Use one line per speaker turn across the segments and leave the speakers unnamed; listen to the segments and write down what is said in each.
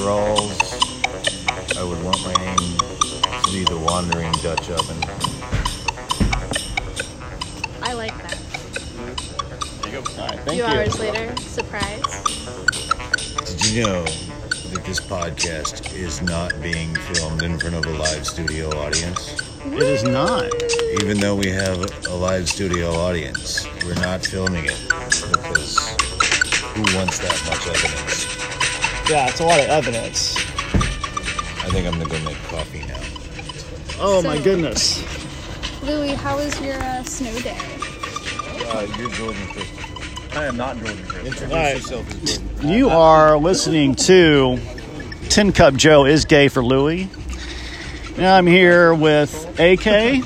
Rawls, I would want my name to be the Wandering Dutch Oven.
I like that.
There you go.
All right,
A
thank
few
you.
hours later, surprise.
Did you know that this podcast is not being filmed in front of a live studio audience?
It is not.
Even though we have a live studio audience, we're not filming it because who wants that much evidence?
Yeah, it's a lot of evidence.
I think I'm gonna go make coffee now.
Oh my
So-
goodness.
Louie, how was your uh, snow day?
Uh, you're Jordan Christopher.
I am not Jordan Christopher.
Introduce
All right.
yourself as Jordan.
You are listening to Tin Cup Joe is Gay for Louie. And I'm here with AK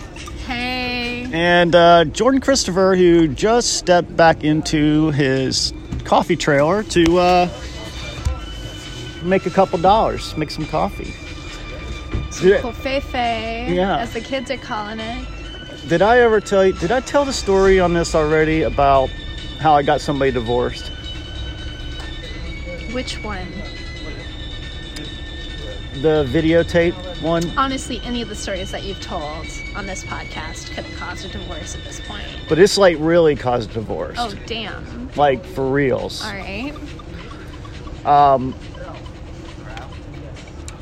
Hey.
and uh, Jordan Christopher, who just stepped back into his coffee trailer to uh, make a couple dollars, make some coffee. Did,
Cofefe,
Yeah.
as the kids are calling it.
did I ever tell you? Did I tell the story on this already about how I got somebody divorced?
Which one?
The videotape one.
Honestly, any of the stories that you've told on this podcast could have caused a divorce at this point.
But it's like really caused a divorce.
Oh, damn.
Like for reals.
All right.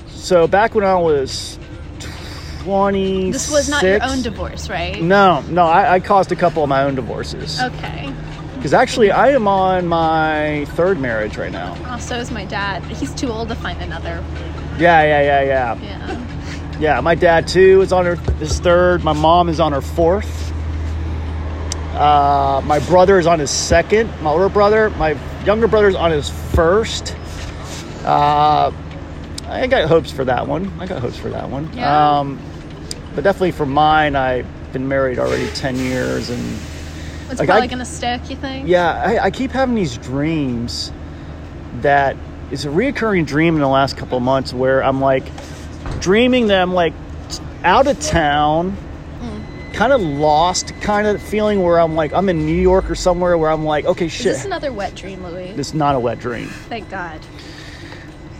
So back when I was 26.
This was not your own divorce, right?
No, no, I, I caused a couple of my own divorces.
Okay.
Because actually, I am on my third marriage right now.
Oh, so is my dad. He's too old to find another.
Yeah, yeah, yeah, yeah.
Yeah.
Yeah, my dad too is on her his third. My mom is on her fourth. Uh, my brother is on his second. My older brother, my younger brother's on his first. Uh, I got hopes for that one. I got hopes for that one.
Yeah.
Um, but definitely for mine, I've been married already ten years, and
It's
Like,
probably
I-
going to stick, you think?
yeah, I, I keep having these dreams that it's a reoccurring dream in the last couple of months where I'm like dreaming that I'm like out of town,
Mm.
kind of lost, kind of feeling where I'm like I'm in New York or somewhere where I'm like, okay,
Is
shit,
this another wet dream, Louie?
it's not a wet dream.
Thank God.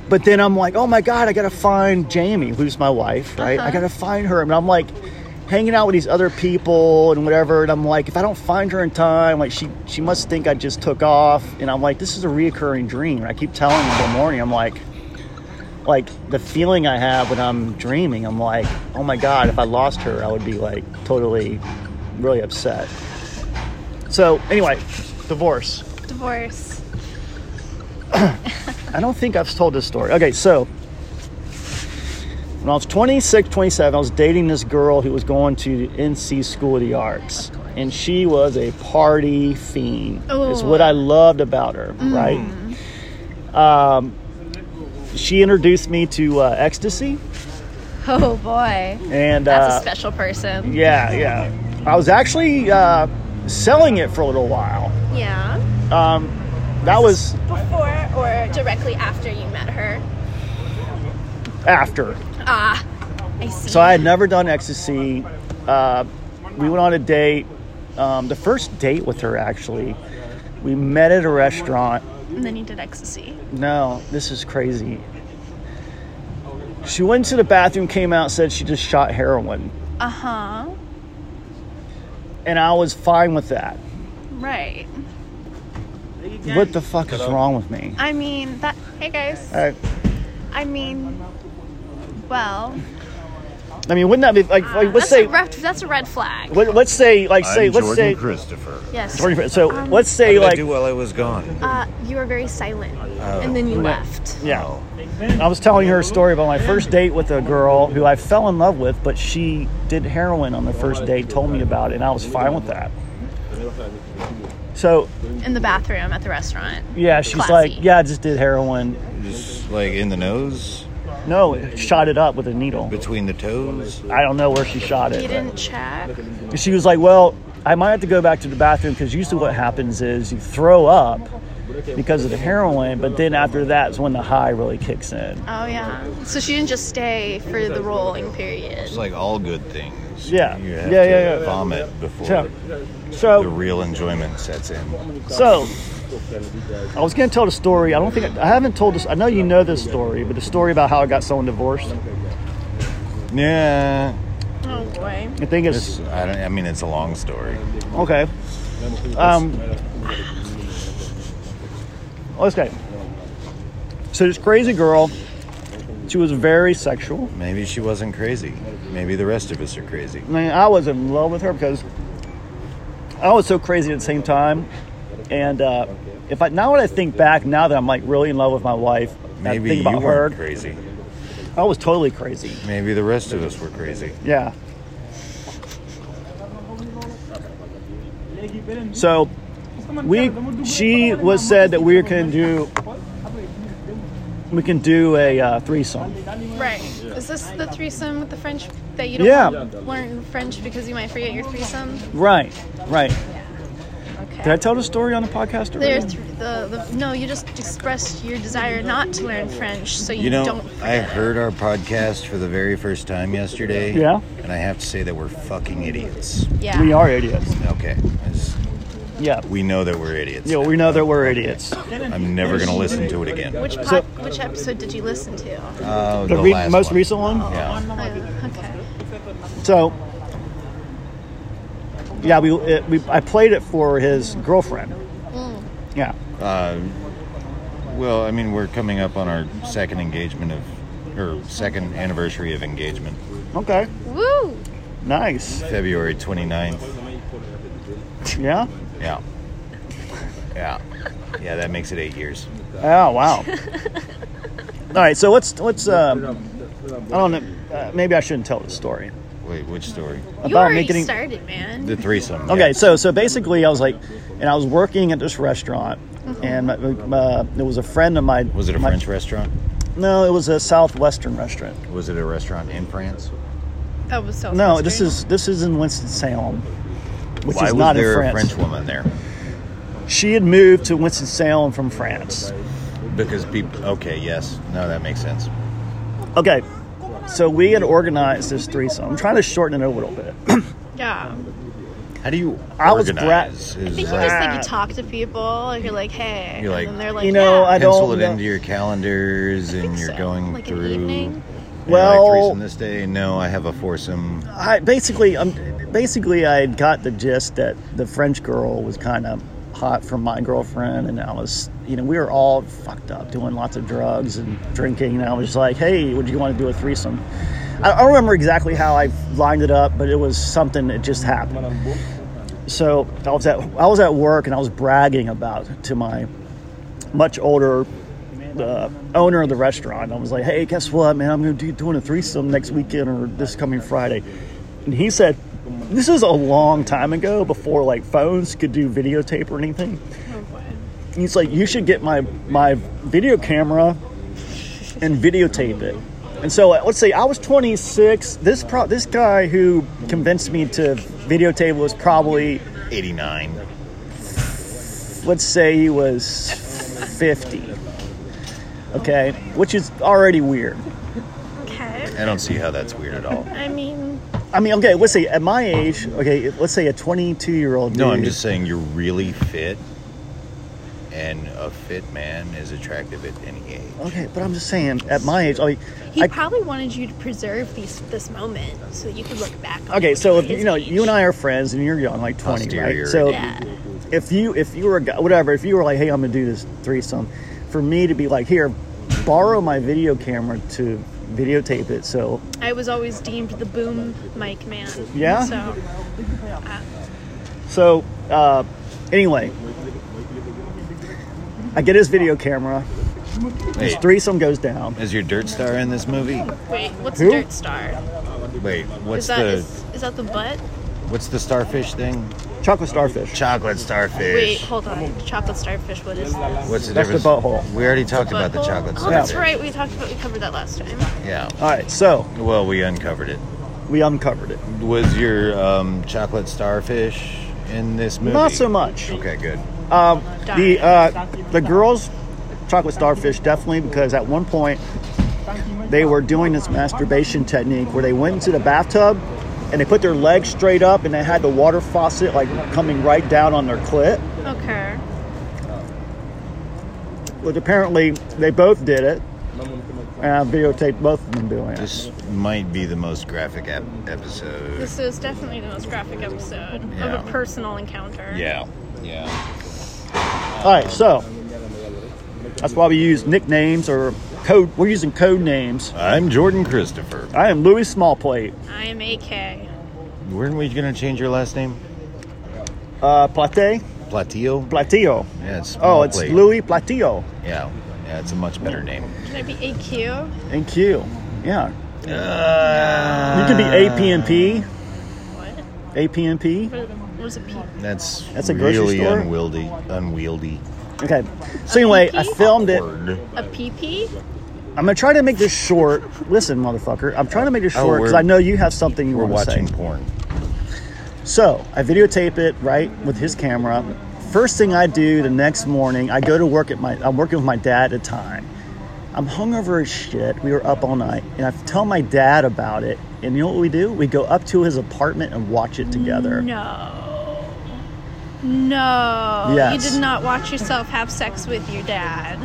But then I'm like, oh my God, I gotta find Jamie, who's my wife, right?
Uh-huh.
I gotta find her. And I'm like hanging out with these other people and whatever. And I'm like, if I don't find her in time, like she she must think I just took off. And I'm like, this is a reoccurring dream. And I keep telling her in the morning, I'm like, like the feeling I have when I'm dreaming, I'm like, oh my God, if I lost her, I would be like totally really upset. So anyway, divorce.
Divorce.
I don't think I've told this story. Okay, so when I was 26, 27, I was dating this girl who was going to NC School of the Arts.
course.
And she was a party fiend. It's
Ooh.
what I loved about her,
Mm.
right? Um, she introduced me to uh, ecstasy.
Oh, boy.
And
That's
uh,
a special person.
yeah, yeah. I was actually uh, selling it for a little while.
Yeah.
Um, that was
Before or directly after you met her?
after.
Ah, I see.
So I had never done ecstasy. Uh, we went on a date. Um, the first date with her, actually, we met at a restaurant.
and then you did ecstasy.
No, this is crazy. She went to the bathroom, came out, said she just shot heroin,
Uh huh.
and I was fine with that.
Right.
What the fuck is wrong with me?
I mean that. Hey guys.
I,
I mean, well,
I mean, wouldn't that be like, like let's
that's
say,
a red, that's a red flag.
let, us say, like, say,
I'm
let's
Jordan
say,
Christopher.
Yes.
Jordan- so
Um,
let's
What
say,
did I
like,
do while I was gone?
Uh, you were very silent,
Oh.
and then you left.
yeah.
Oh.
I was telling her a story about my first date with a girl who I fell in love with, but she did heroin on the first date, told me about it, and I was fine with that. So,
In the bathroom at the restaurant.
yeah, she's
Classy.
like, Yeah, I just did heroin.
Just like in the nose,
No, it shot it up with a needle.
between the toes.
I don't know where she shot
You
it.
didn't check.
She was like, Well, I might have to go back to the bathroom because usually what happens is you throw up because of the heroin, but then after that's when the high really kicks in.
Oh yeah. So she didn't just stay for the rolling period.
It's like all good things.
Yeah.
You have
Yeah,
to
yeah, Oh. yeah.
vomit before
So,
the
so
real enjoyment sets in.
So,
friend of you guys.
I was gonna tell the story. I don't think I haven't told this. I know you know this story, but the story about how I got someone divorced.
Yeah.
Oh boy.
I think it's
It's, I, don't, I mean, it's a long story.
okay. Um, oh, this guy. So this crazy girl, she was very sexual.
Maybe she wasn't crazy. Maybe the rest of us are crazy.
I mean, I was in love with her because I was so crazy at the same time. And uh, if I now that I think back, now that I'm like really in love with my wife, and I
Maybe
think
you
about
weren't
her.
crazy.
I was totally crazy.
Maybe the rest of us were crazy.
Yeah. So we she was said that we can do we can do a uh, threesome.
Right. Is this the threesome with the French that you don't
Yeah.
want to learn French because you might forget your threesome?
Right, right.
Okay.
Did I tell the story on the podcast?
There,
Already?
th- the, the no, you just expressed your desire not to learn French, so you,
You know,
don't.
I heard our podcast for the very first time yesterday.
Yeah.
And I have to say that we're fucking idiots.
Yeah.
We are idiots.
Okay. It's-
Yeah.
We know that we're idiots.
Yeah, we know that we're idiots.
I'm never going to listen to it again.
Which pod, which episode did you listen to?
Oh,
The,
the
re-
last
most
one.
recent one.
Yeah.
Uh, okay.
So, yeah, we, it, we I played it for his girlfriend. Yeah,
Uh, well, I mean, we're coming up on our second engagement of, or second anniversary of engagement,
okay,
Woo!
nice.
February 29th.
Yeah.
Yeah. Yeah. Yeah, that makes it eight years.
Oh wow. All right, so let's let's. Um, I don't know. Uh, maybe I shouldn't tell the story
Wait, which story?
you
about
already
me getting.
started, man.
The threesome. yeah.
Okay, so so basically, I was like, and I was working at this restaurant, and my, uh, there was a friend of mine.
Was it a
my,
French restaurant?
No, it was a southwestern restaurant.
Was it a restaurant in France?
that was so.
No, this
frustrating.
is this is in Winston Salem, which
Why
is
was
not
there
in France.
a French woman there?
She had moved to Winston Salem from France.
Because people. Okay, yes. No, that makes sense.
Okay, so we had organized this threesome. I'm trying to shorten it a little bit.
Yeah.
How do you
I was
organize?
I
Is
think you
that-
just like you talk to people, like you're like, hey,
You're like,
and then they're like,
you know,
yeah.
I
pencil
don't
it
know.
into your calendars and
think
you're
so.
going
Like an
through.
evening?
you're
Well-
like threesome this day. No, I have a foursome.
I basically, i basically, I had got the gist that the French girl was kind of hot from my girlfriend, and I was, you know, we were all fucked up, doing lots of drugs and drinking, and I was like, hey, would you want to do a threesome? I I don't remember exactly how I lined it up, but it was something that just happened. so I was at I was at work and I was bragging about to my much older uh, owner of the restaurant. I was like, "Hey, guess what, man? I'm going to be doing a threesome next weekend or this coming Friday." And he said, "This is a long time ago, before like phones could do videotape or anything."
Oh, boy.
He's like, "You should get my my video camera and videotape it." And so uh, let's say I was 26. This pro- this guy who convinced me to videotape was probably
89.
let's say he was 50 okay which is already weird
Okay.
I don't see how that's weird at all.
I mean,
i mean okay let's say at my age okay let's say a 22 year old
No, I'm just saying you're really fit, and a fit man is attractive at any age.
okay but i'm just saying at my age like
he
I-
probably wanted you to preserve these this moment so that you could look back. on
okay
it
so
at
if, you
his
know
age.
you and i are friends and you're young like 20
Posterior.
right so
Yeah.
if you if you were a guy, whatever if you were like hey i'm gonna do this threesome for me to be like here borrow my video camera to videotape it so
I was always deemed the boom mic man.
Yeah?
So
So, uh, anyway, I get his video camera. His
Wait,
threesome goes down.
is your dirt star in this movie?
wait, what's
Who?
Dirt Star?
Wait, what's
Is that
the
is is that the butt?
what's the starfish thing?
Chocolate starfish.
Chocolate
Wait,
starfish.
hold on. Chocolate starfish. What is this?
What's the
That's the
difference?
butthole.
We already talked about the
Butthole?
chocolate
Oh, that's
starfish.
right. We talked about we covered that last time.
Yeah.
All right, so
Well, we uncovered it.
we uncovered it.
Was your um, chocolate starfish in this movie?
Not so much.
Okay, good.
Um,
Darn.
the uh, the girls, chocolate starfish, definitely because at one point they were doing this masturbation technique where they went into the bathtub and they put their legs straight up and they had the water faucet like coming right down on their clit.
Okay.
Which apparently they both did it. And I videotaped both of them doing it.
This might be the most graphic ep- episode.
This is definitely the most graphic episode
Yeah.
of a personal encounter.
Yeah. Yeah.
All right, so that's why we use nicknames or code. We're using code names.
I'm Jordan Christopher.
I am Louis Smallplate.
I am AK.
Weren't we going to change your last name?
Uh, Plate
Platillo?
Platillo.
yeah, it's
Oh, it's
Plate.
Louis Platillo
Yeah. Yeah, it's a much better name.
Can I be AQ?
and Q. Yeah, you
Uh,
could be APNP.
What?
APNP.
What what is a P?
That's
That's a grocery
really
store?
unwieldy. Unwieldy.
Okay. So anyway, I filmed it.
Word.
A PP?
I'm gonna try to make this short. Listen, motherfucker. I'm trying to make this
Oh,
short because
we're-
I know you have something you
We're
want to say.
watching porn.
So I videotape it right with his camera. First thing I do the next morning, I go to work at my. I'm working with my dad at the time. I'm hungover as shit. We were up all night, and I tell my dad about it. And you know what we do? We go up to his apartment and watch it together.
No. No.
Yes.
You did not watch yourself have sex with your dad.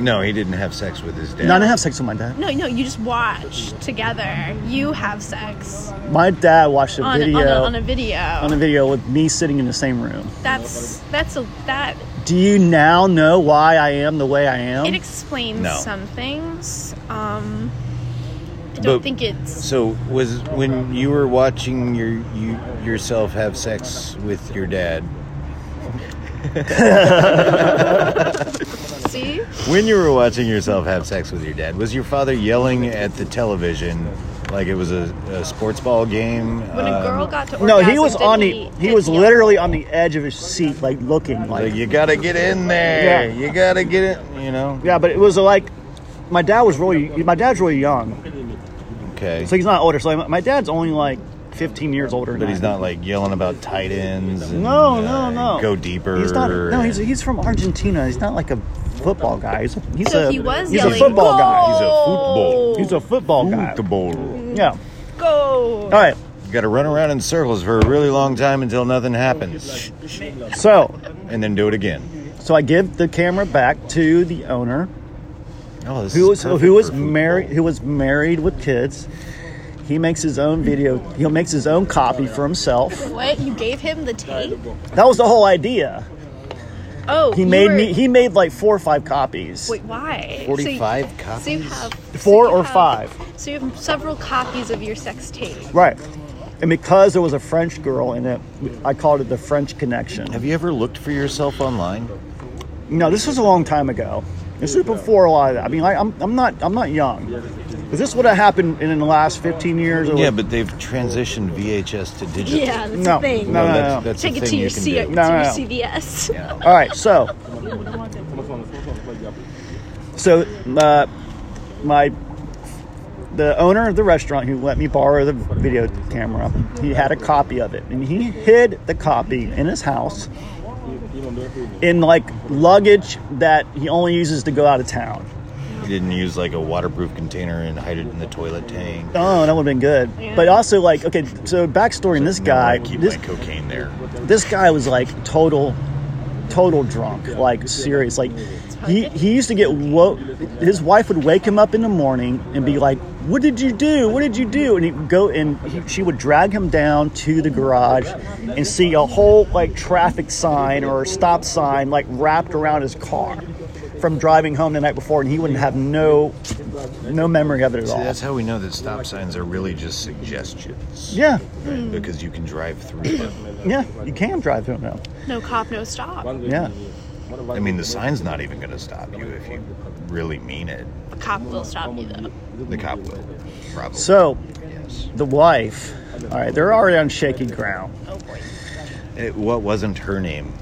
No, he didn't have sex with his dad.
No, I didn't have sex with my dad.
No, no, you just watch together. You have sex
My dad watched a
on,
video
on, a, on a video.
on a video with me sitting in the same room.
that's that's a that
Do you now know why I am the way I am?
it explains
No.
some things. Um I don't
But-
think it's
So was when you were watching your you yourself have sex with your dad.
see?
When you were watching yourself have sex with your dad, was your father yelling at the television like it was a, a sports ball game?
When a
Um,
girl got to
Uh, no, he
orgasm,
was
did
on
he,
the. He
did
was
yell?
literally on the edge of his seat, like looking, like
Um, like you gotta get in there.
Yeah.
You gotta get it. You know.
Yeah, but it was uh, like my dad was really my dad's really young,
Okay.
so he's not older. So my- my dad's only like 15 years older.
but
than
he's
I am.
not like yelling about tight ends. and,
No,
uh,
no, no.
Go deeper.
He's not. No, he's
and-
he's from Argentina. He's not like a football guy. He's a, he's
So
a
he was
he's
yelling
a football guy.
He's a football.
"Go!
He's a football guy.
Football.
Yeah.
go.
All right.
You gotta run around in circles for a really long time until nothing happens,
So
and then do it again.
so I give the camera back to the owner
Oh, this
who
is
was
perfect
who was
for football.
married who was married with kids. He makes his own video. He makes his own copy for himself.
What? You gave him the tape?
That was the whole idea.
Oh,
He
you
made
were-
me. He made like four or five copies.
Wait, why?
45
so you,
copies?
So you have so
Four
you
or
have-
five?
So you have several copies of your sex tape.
Right. And because there was a French girl in it, I called it the French Connection.
Have you ever looked for yourself online?
No, this was a long time ago. This was before a lot of that. I mean, I, I'm, I'm not I'm not young. Is this what happened in, in the last 15 years? Or
Yeah, but they've transitioned VHS to digital.
Yeah, that's
No,
a thing.
no, no,
that's,
no.
that's a
Take it
thing
to your,
you can
C-
do.
to
No,
your
no, no.
CVS.
All right. So. So uh, my the owner of the restaurant who let me borrow the video camera, he had a copy of it, and he hid the copy in his house in like luggage that he only uses to go out of town.
You didn't use like a waterproof container and hide it in the toilet tank.
Oh, that would have been good.
Yeah.
But also, like, okay, so backstory in this
No,
guy,
I keep
this,
my cocaine there.
this guy was like total, total drunk, like serious. Like, he, he used to get woke. His wife would wake him up in the morning and be like, "What did you do? What did you do?" And he'd go and he, she would drag him down to the garage and see a whole like traffic sign or stop sign like wrapped around his car from driving home the night before, and he wouldn't have no, no memory of it at
See,
all.
that's how we know that stop signs are really just suggestions.
Yeah,
Right? Because you can drive through them.
yeah, you can drive home now.
No cop, no stop.
Yeah.
I mean, the sign's not even going to stop you if you really mean it.
A cop will stop you though.
The cop will, probably.
So
yes.
the wife, all right, they're already on shaky ground.
Oh boy.
It, what wasn't her name?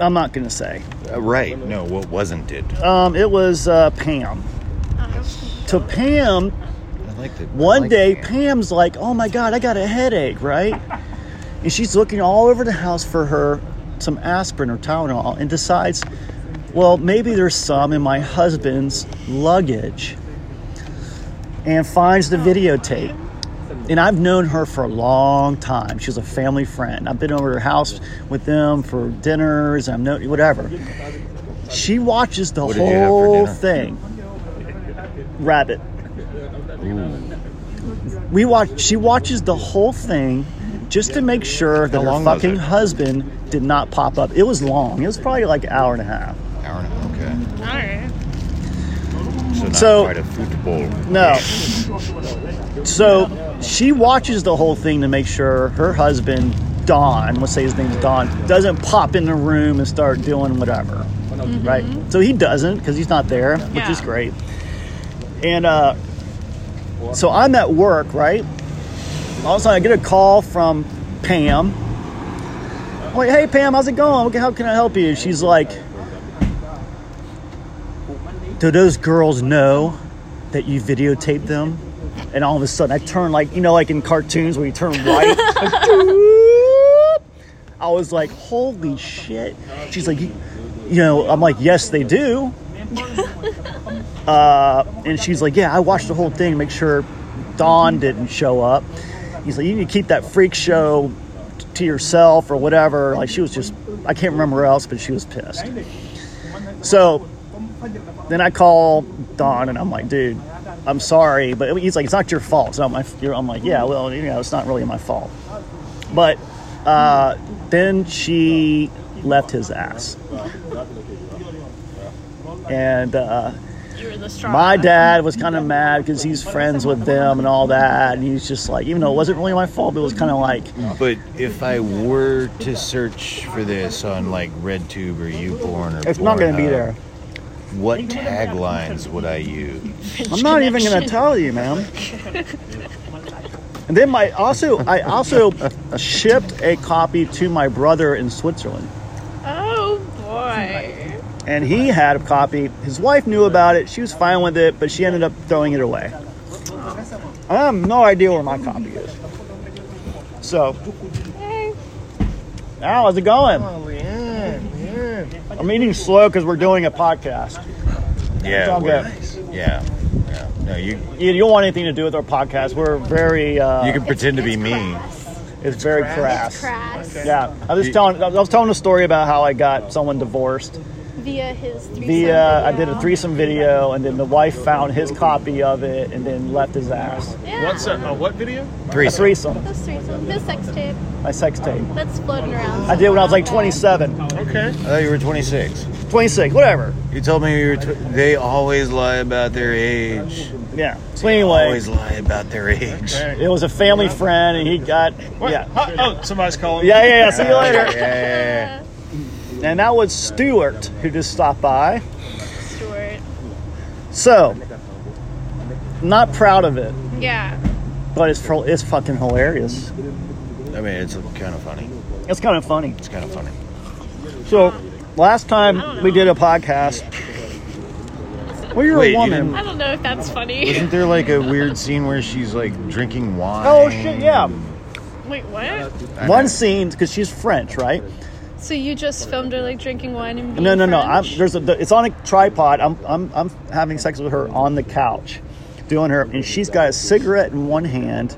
I'm not gonna say.
Uh, right. No, what wasn't it?
Um, it was uh, Pam.
Uh,
To Pam,
I like that. I
one
like
day
that.
Pam's like, "Oh my God, I got a headache," right? And she's looking all over the house for her some aspirin or Tylenol, and decides, "Well, maybe there's some in my husband's luggage," and finds the videotape. And I've known her for a long time. She's a family friend. I've been over to her house with them for dinners. I'm no whatever. She watches the
What did you have for
whole
dinner?
thing. Rabbit.
Ooh.
We watch. She watches the whole thing just to make sure that
How
her
long was
fucking
it?
husband did not pop up. It was long. It was probably like an hour and a half.
Hour and a
All right.
Okay. So not
So-
quite a football.
No. So she watches the whole thing to make sure her husband, Don, let's say his name's Don, doesn't pop in the room and start doing whatever. Right? So he doesn't because he's not there, which is
Yeah.
great. And uh, so I'm at work, right? All of a sudden I get a call from Pam. I'm like, hey, Pam, how's it going? How can I help you? She's like, do those girls know that you videotaped them? And all of a sudden, I turn like you know, like in cartoons where you turn white. like, doop. I was like, "Holy shit!" She's like, "You you know," I'm like, "Yes, they do." uh, and she's like, "Yeah, I watched the whole thing, make sure Don didn't show up." He's like, "You need to keep that freak show t- to yourself or whatever." Like she was just, I can't remember where else, but she was pissed. So then I call Don and I'm like, dude, I'm sorry, but he's like, it's not your fault. It's not my. You're, I'm like, yeah, well, you know, it's not really my fault. But uh, then she left his ass, and uh,
You were the strong.
my
one.
dad was kind of mad because he's friends with them and all that, and he's just like, even though it wasn't really my fault, but it was kind of like,
But if I were to search for this on like RedTube or YouPorn or
it's not going to be
Pornhub,
there.
What taglines would I use?
I'm not even going to tell you, man. And then my also I also shipped a copy to my brother in Switzerland,
Oh boy.
and he had a copy. His wife knew about it; she was fine with it, but she ended up throwing it away. I have no idea where my copy is. So, Al, how's it going? I'm eating slow because we're doing a podcast. It's
Yeah,
all
we're-
good.
yeah, yeah. No, you
You, you don't want anything to do with our podcast. We're very uh,
you can pretend to be
It's
me.
crass.
it's very crass.
It's crass.
Yeah, I was
You-
telling I was telling a story about how I got someone divorced.
Via his threesome.
via I did a
video.
threesome video, and then the wife found his copy of it, and then left his ass.
Yeah.
What's a, a what video?
A
Threesome.
threesome,
His threesome. His sex tape.
my sex tape.
That's floating around.
I did when I was like
somewhere out
27,
Okay.
I thought you were 26.
26, whatever.
You told me you were. Tw- they always lie about their age.
Yeah. So
They
anyway,
always lie about their age.
Okay.
it was a family friend, and he got
What?
yeah.
Huh? Oh, somebody's calling.
Yeah, yeah, yeah. See you
Yeah,
later.
yeah, yeah, yeah.
And that was Stuart who just stopped by.
there, Stuart.
So, not proud of it,
Yeah.
but it's pro- it's fucking hilarious.
I mean, it's kind of funny.
It's kind of funny.
It's kind of funny.
So, last
I don't
time
know.
we did a podcast, well, you're
Wait,
a
you
woman.
didn't-
I don't know if that's funny.
Isn't there like a weird scene where she's like drinking wine?
Oh shit! Yeah,
Wait, what?
I
one
know.
scene because she's French, right?
So you just filmed her like drinking wine and being
No, no, no. I'm,
French?
there's a. the- It's on a tripod. I'm, I'm, I'm having sex with her on the couch, doing her, and she's got a cigarette in one hand,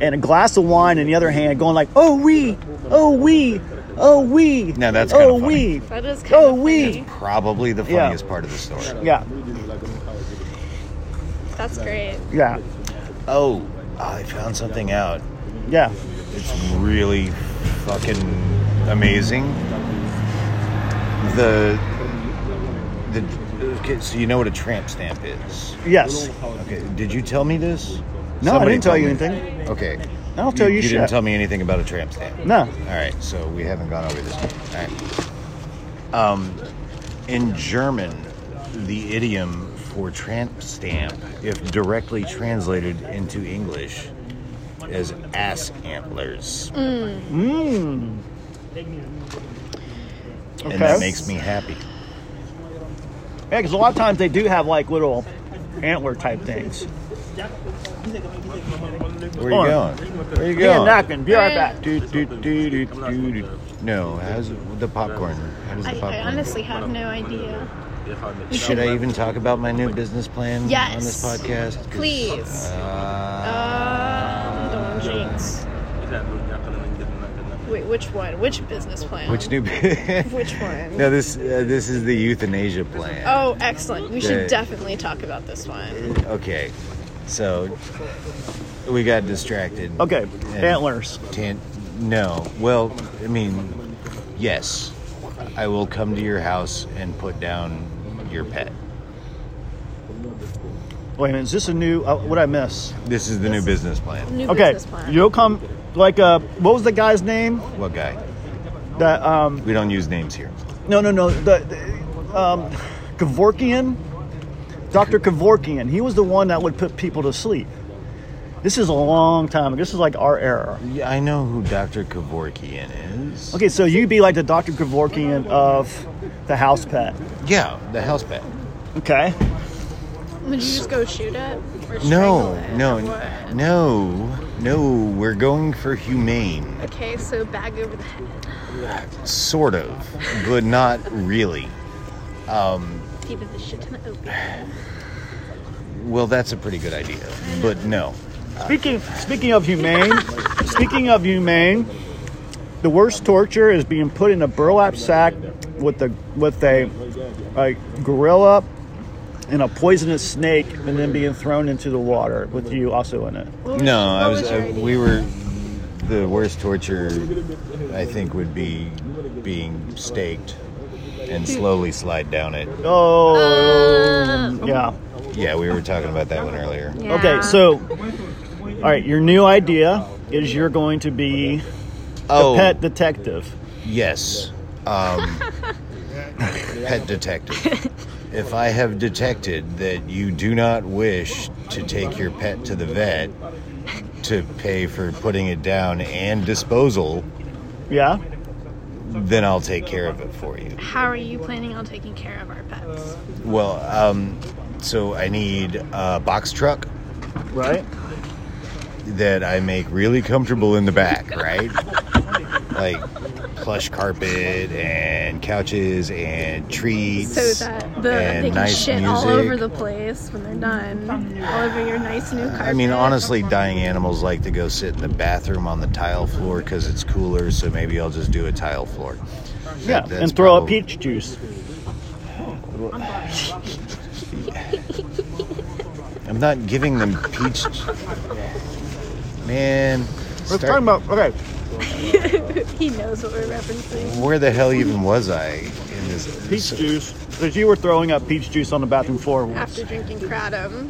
and a glass of wine in the other hand, going like, "Oh we, oh we, oh we."
Now that's kinda
oh we.
That is kind
Oh
of
we.
Probably the
Yeah.
funniest part of the story.
Yeah,
That's great.
yeah,
Oh, I found something out.
yeah.
It's really fucking amazing. The the okay, so you know what a tramp stamp is.
Yes.
Okay, did you tell me this?
No, I didn't tell you anything.
anything. Okay.
I'll tell you,
you
shit.
didn't tell me anything about a tramp stamp.
no.
All right, so we haven't gone over this. All right. Um, in German, the idiom for tramp stamp, if directly translated into English, is ass antlers,
Mmm.
and that makes me happy.
Yeah, because a lot of times they do have like little antler type things.
Where you
Or-
going? Where you
Me and
going?
Knockin', be right back.
Do, do, do, do, do, do. No, how's the popcorn? How's the
I,
popcorn?
I honestly have no idea.
Should I even talk about my new business plan on this
Yes.
podcast? 'Cause,
Please.
uh,
Um, don't jinx. Wait, which one? Which business plan?
Which new?
Which one?
no, this uh, this is the euthanasia plan.
Oh, excellent. We should
Yeah.
definitely talk about this one.
Okay, so we got distracted.
Okay,
And
antlers.
Tan- no. Well, I mean, yes, I will come to your house and put down your pet.
Wait a minute, is this a new? Uh, what I miss?
This is the new business plan.
New
Okay,
business plan.
you'll come. Like, uh, what was the guy's name?
What guy?
That um,
We don't use names here.
no, no, no, the, the um, Kevorkian, Doctor Kevorkian. He was the one that would put people to sleep. This is a long time. ago. This is like our era.
Yeah, I know who Dr. Kevorkian is.
Okay, so you'd be like the Doctor Kevorkian of the house pet.
Yeah, the house pet.
Okay.
Would you just go shoot it? Or strangle
No,
it,
no,
or what?
no, no. We're going for humane,
Okay, so bag over the head.
sort of, but not really.
Feed the shit ton of oatmeal.
Well, that's a pretty good idea, but no.
Speaking speaking of humane, speaking of humane, the worst torture is being put in a burlap sack with the with a, a gorilla and a poisonous snake, and then being thrown into the water with you also in it.
No, I
what
was.
was your
I,
idea?
we were. The worst torture, I think, would be being staked and slowly slide down it.
Oh, yeah.
Yeah, we were talking about that one earlier.
Okay,
Um, Yeah.
so all right, your new idea is you're going to be
Oh,
pet detective.
yes. Um, pet detective. If I have detected that you do not wish to take your pet to the vet to pay for putting it down and disposal,
Yeah.
then I'll take care of it for you.
How are you planning on taking care of our pets?
Well, um, so I need a box truck
Right.
that I make really comfortable in the back, right? like plush carpet and couches and treats.
So that the,
and
they can
nice
shit all
music.
over the place when they're done. All over your nice new carpet.
I mean, honestly, dying animals like to go sit in the bathroom on the tile floor because it's cooler. So maybe I'll just do a tile floor.
Yeah,
That- that's
and throw
probably-
a peach juice.
I'm not giving them peach. Man,
We're
start-
talking about okay.
He knows what we're referencing.
where the hell even was I in this?
peach juice because you were throwing up peach juice on the bathroom floor once.
After drinking kratom.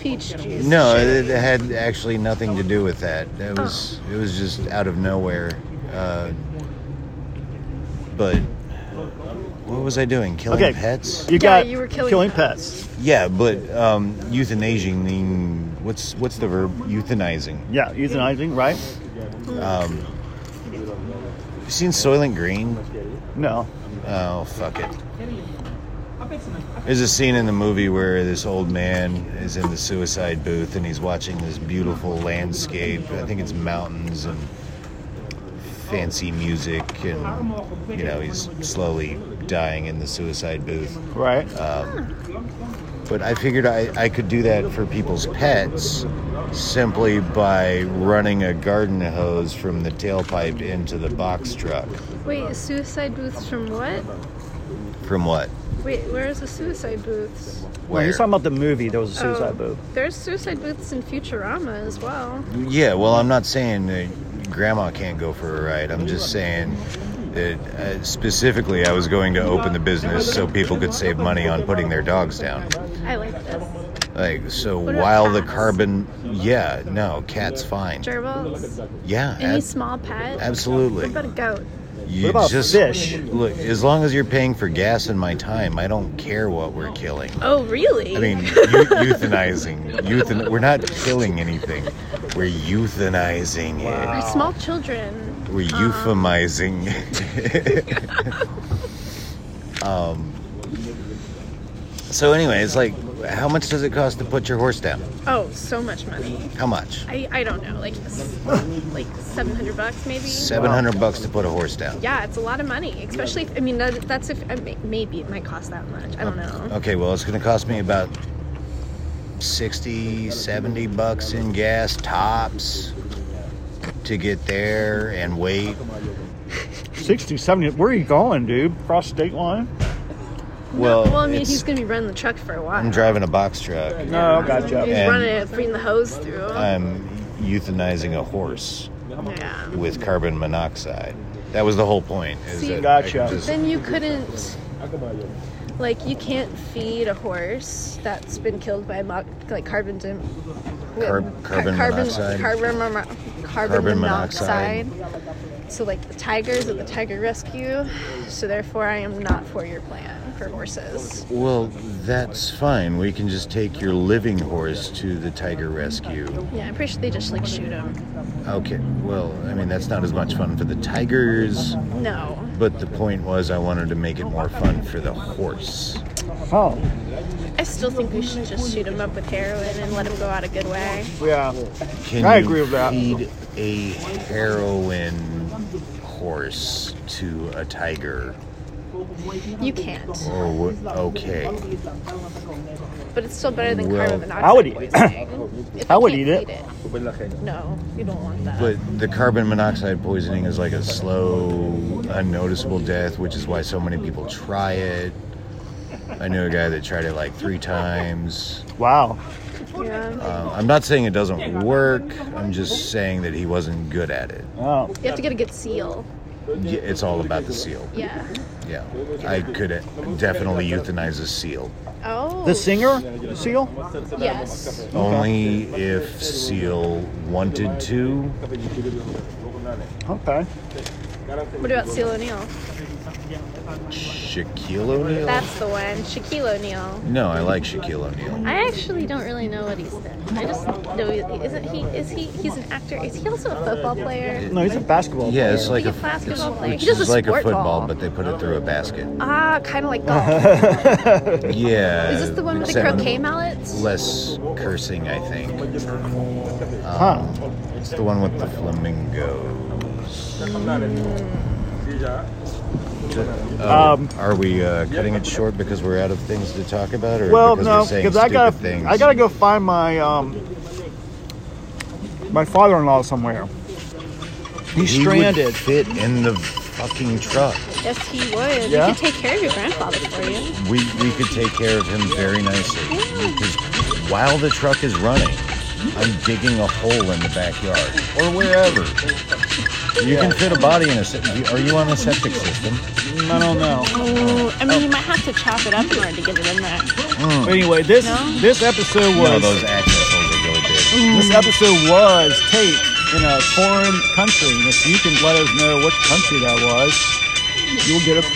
Peach juice.
No,
shit.
it, it had actually nothing to do with that. It was it was just out of nowhere. Uh, but what was I doing? Killing
Okay.
pets?
You got
you were killing
pets.
Yeah, but um, euthanizing. What's what's the verb? Euthanizing.
Yeah, euthanizing, right?
You seen Soylent Green?
No.
Oh fuck it. There's a scene in the movie where this old man is in the suicide booth and he's watching this beautiful landscape. I think it's mountains and fancy music, and you know he's slowly dying in the suicide booth.
Right.
Uh, But I figured I, I could do that for people's pets simply by running a garden hose from the tailpipe into the box truck.
Wait, suicide booths from what?
From what?
Wait, where is the suicide booths?
no,
Where?
he's talking about the movie. There was a suicide
Oh,
booth.
There's suicide booths in Futurama as well.
Yeah, well, I'm not saying that grandma can't go for a ride. I'm just saying that uh, specifically I was going to open the business so people could save money on putting their dogs down.
I like this.
Like, so
about
while the
cats?
carbon. Yeah, no, cat's fine.
Gerbils?
Yeah,
Any
ab-
small pet? What
absolutely.
about a goat?
You
What about fish?
Look, as long as you're paying for gas and my time, I don't care what we're killing.
Oh, really?
I mean, eu- euthanizing. Euthan- we're not killing anything. We're euthanizing it.
Or small children.
We're
Uh-huh.
euphemizing. um, so, anyway, it's like, how much does it cost to put your horse down?
Oh, so much money.
How much?
I, I don't know, like s- like seven hundred bucks maybe.
Seven hundred bucks to put a horse down.
Yeah, it's a lot of money, especially. If, I mean, that, that's if I may, maybe it might cost that much. I don't know.
Okay, well, it's going to cost me about 60, 70 bucks in gas tops. to get there and wait.
60, 70. Where are you going, dude? Across state line?
Well,
Well, I mean,
it's-
he's gonna be running the truck for a while.
I'm driving a box truck.
No, gotcha.
He's
And-
running it, putting the hose through.
I'm euthanizing a horse
yeah.
with carbon monoxide. That was the whole point. Is
See,
that I
Gotcha.
could just-
Then you couldn't. Like you can't feed a horse that's been killed by mo- like carbon dim-
Carb- carbon monoxide.
carbon, mono- carbon,
Carbon
monoxide.
monoxide.
So like the tigers at the tiger rescue. So therefore, I am not for your plan for horses.
well, that's fine. We can just take your living horse to the tiger rescue.
Yeah, I'm pretty sure they just like shoot them.
Okay. Well, I mean that's not as much fun for the tigers,
No,
but the point was I wanted to make it more fun for the horse.
Oh,
I still think we should just shoot them up with heroin and let them go out a good way.
yeah.
Can
I
you
agree with that.
feed a heroin horse to a tiger
You can't,
or what? Okay.
but it's still better than
Well,
carbon monoxide
I would eat-
poisoning. If
I
you
would
can't
eat it.
feed it. No, you don't want that.
But the carbon monoxide poisoning is like a slow, unnoticeable death, which is why so many people try it. I knew a guy that tried it like three times.
Wow.
Yeah.
Um, I'm not saying it doesn't work. I'm just saying that he wasn't good at it.
Oh,
You have to get a good seal.
Y- It's all about the seal.
Yeah.
Yeah, I could definitely euthanize a seal.
Oh.
the singer, the seal.
Yes.
Only if seal wanted to.
Okay.
What about Seal O'Neill?
Shaquille O'Neal.
That's the one. Shaquille O'Neal.
no, I like Shaquille O'Neal.
I actually don't really know what he's in. I just know he- isn't he? Is he? He's an actor. Is he also a football player?
No, he's a basketball.
Yeah, it's
player.
like a,
Like a basketball
it's-
player.
it's
He does a
like a
sport
football,
ball.
but they put it through a basket.
Ah, kind of like golf.
Yeah.
Is this the one with the
except
croquet mallets?
Less cursing, I think.
Huh.
It's the one with the flamingos.
Mm.
Oh,
Um,
are we uh, cutting it short because we're out of things to talk about, or
Well,
because
no,
we're saying
because I
stupid
gotta,
things?
I gotta go find my um, my father-in-law somewhere. He's
He would
stranded.
fit in the fucking truck.
Yes, he would.
Yeah?
You could take care of your grandfather for you.
We we could take care of him very nicely. Because while the truck is running, I'm digging a hole in the backyard or wherever. You can fit a body in a. se- Are you on a septic system?
I don't know.
Oh, I mean, you might have to chop it up in order to get it in there.
But anyway, this
No?
this episode
Hmm. No,
was
those access holes are really big.
this episode was taped in a foreign country. And if you can let us know which country that was, you'll get a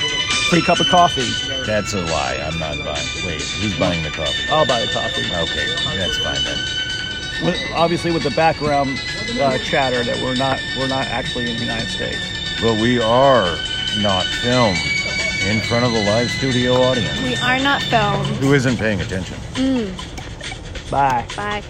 free cup of coffee.
That's a lie. I'm not buying. Wait, who's buying the coffee?
I'll buy the coffee.
Okay, that's fine then.
With, obviously, with the background uh, chatter that we're not we're not actually in the United States.
But we are not filmed in front of a live studio audience
We are not filmed.
who isn't paying attention.
Bye.
Bye.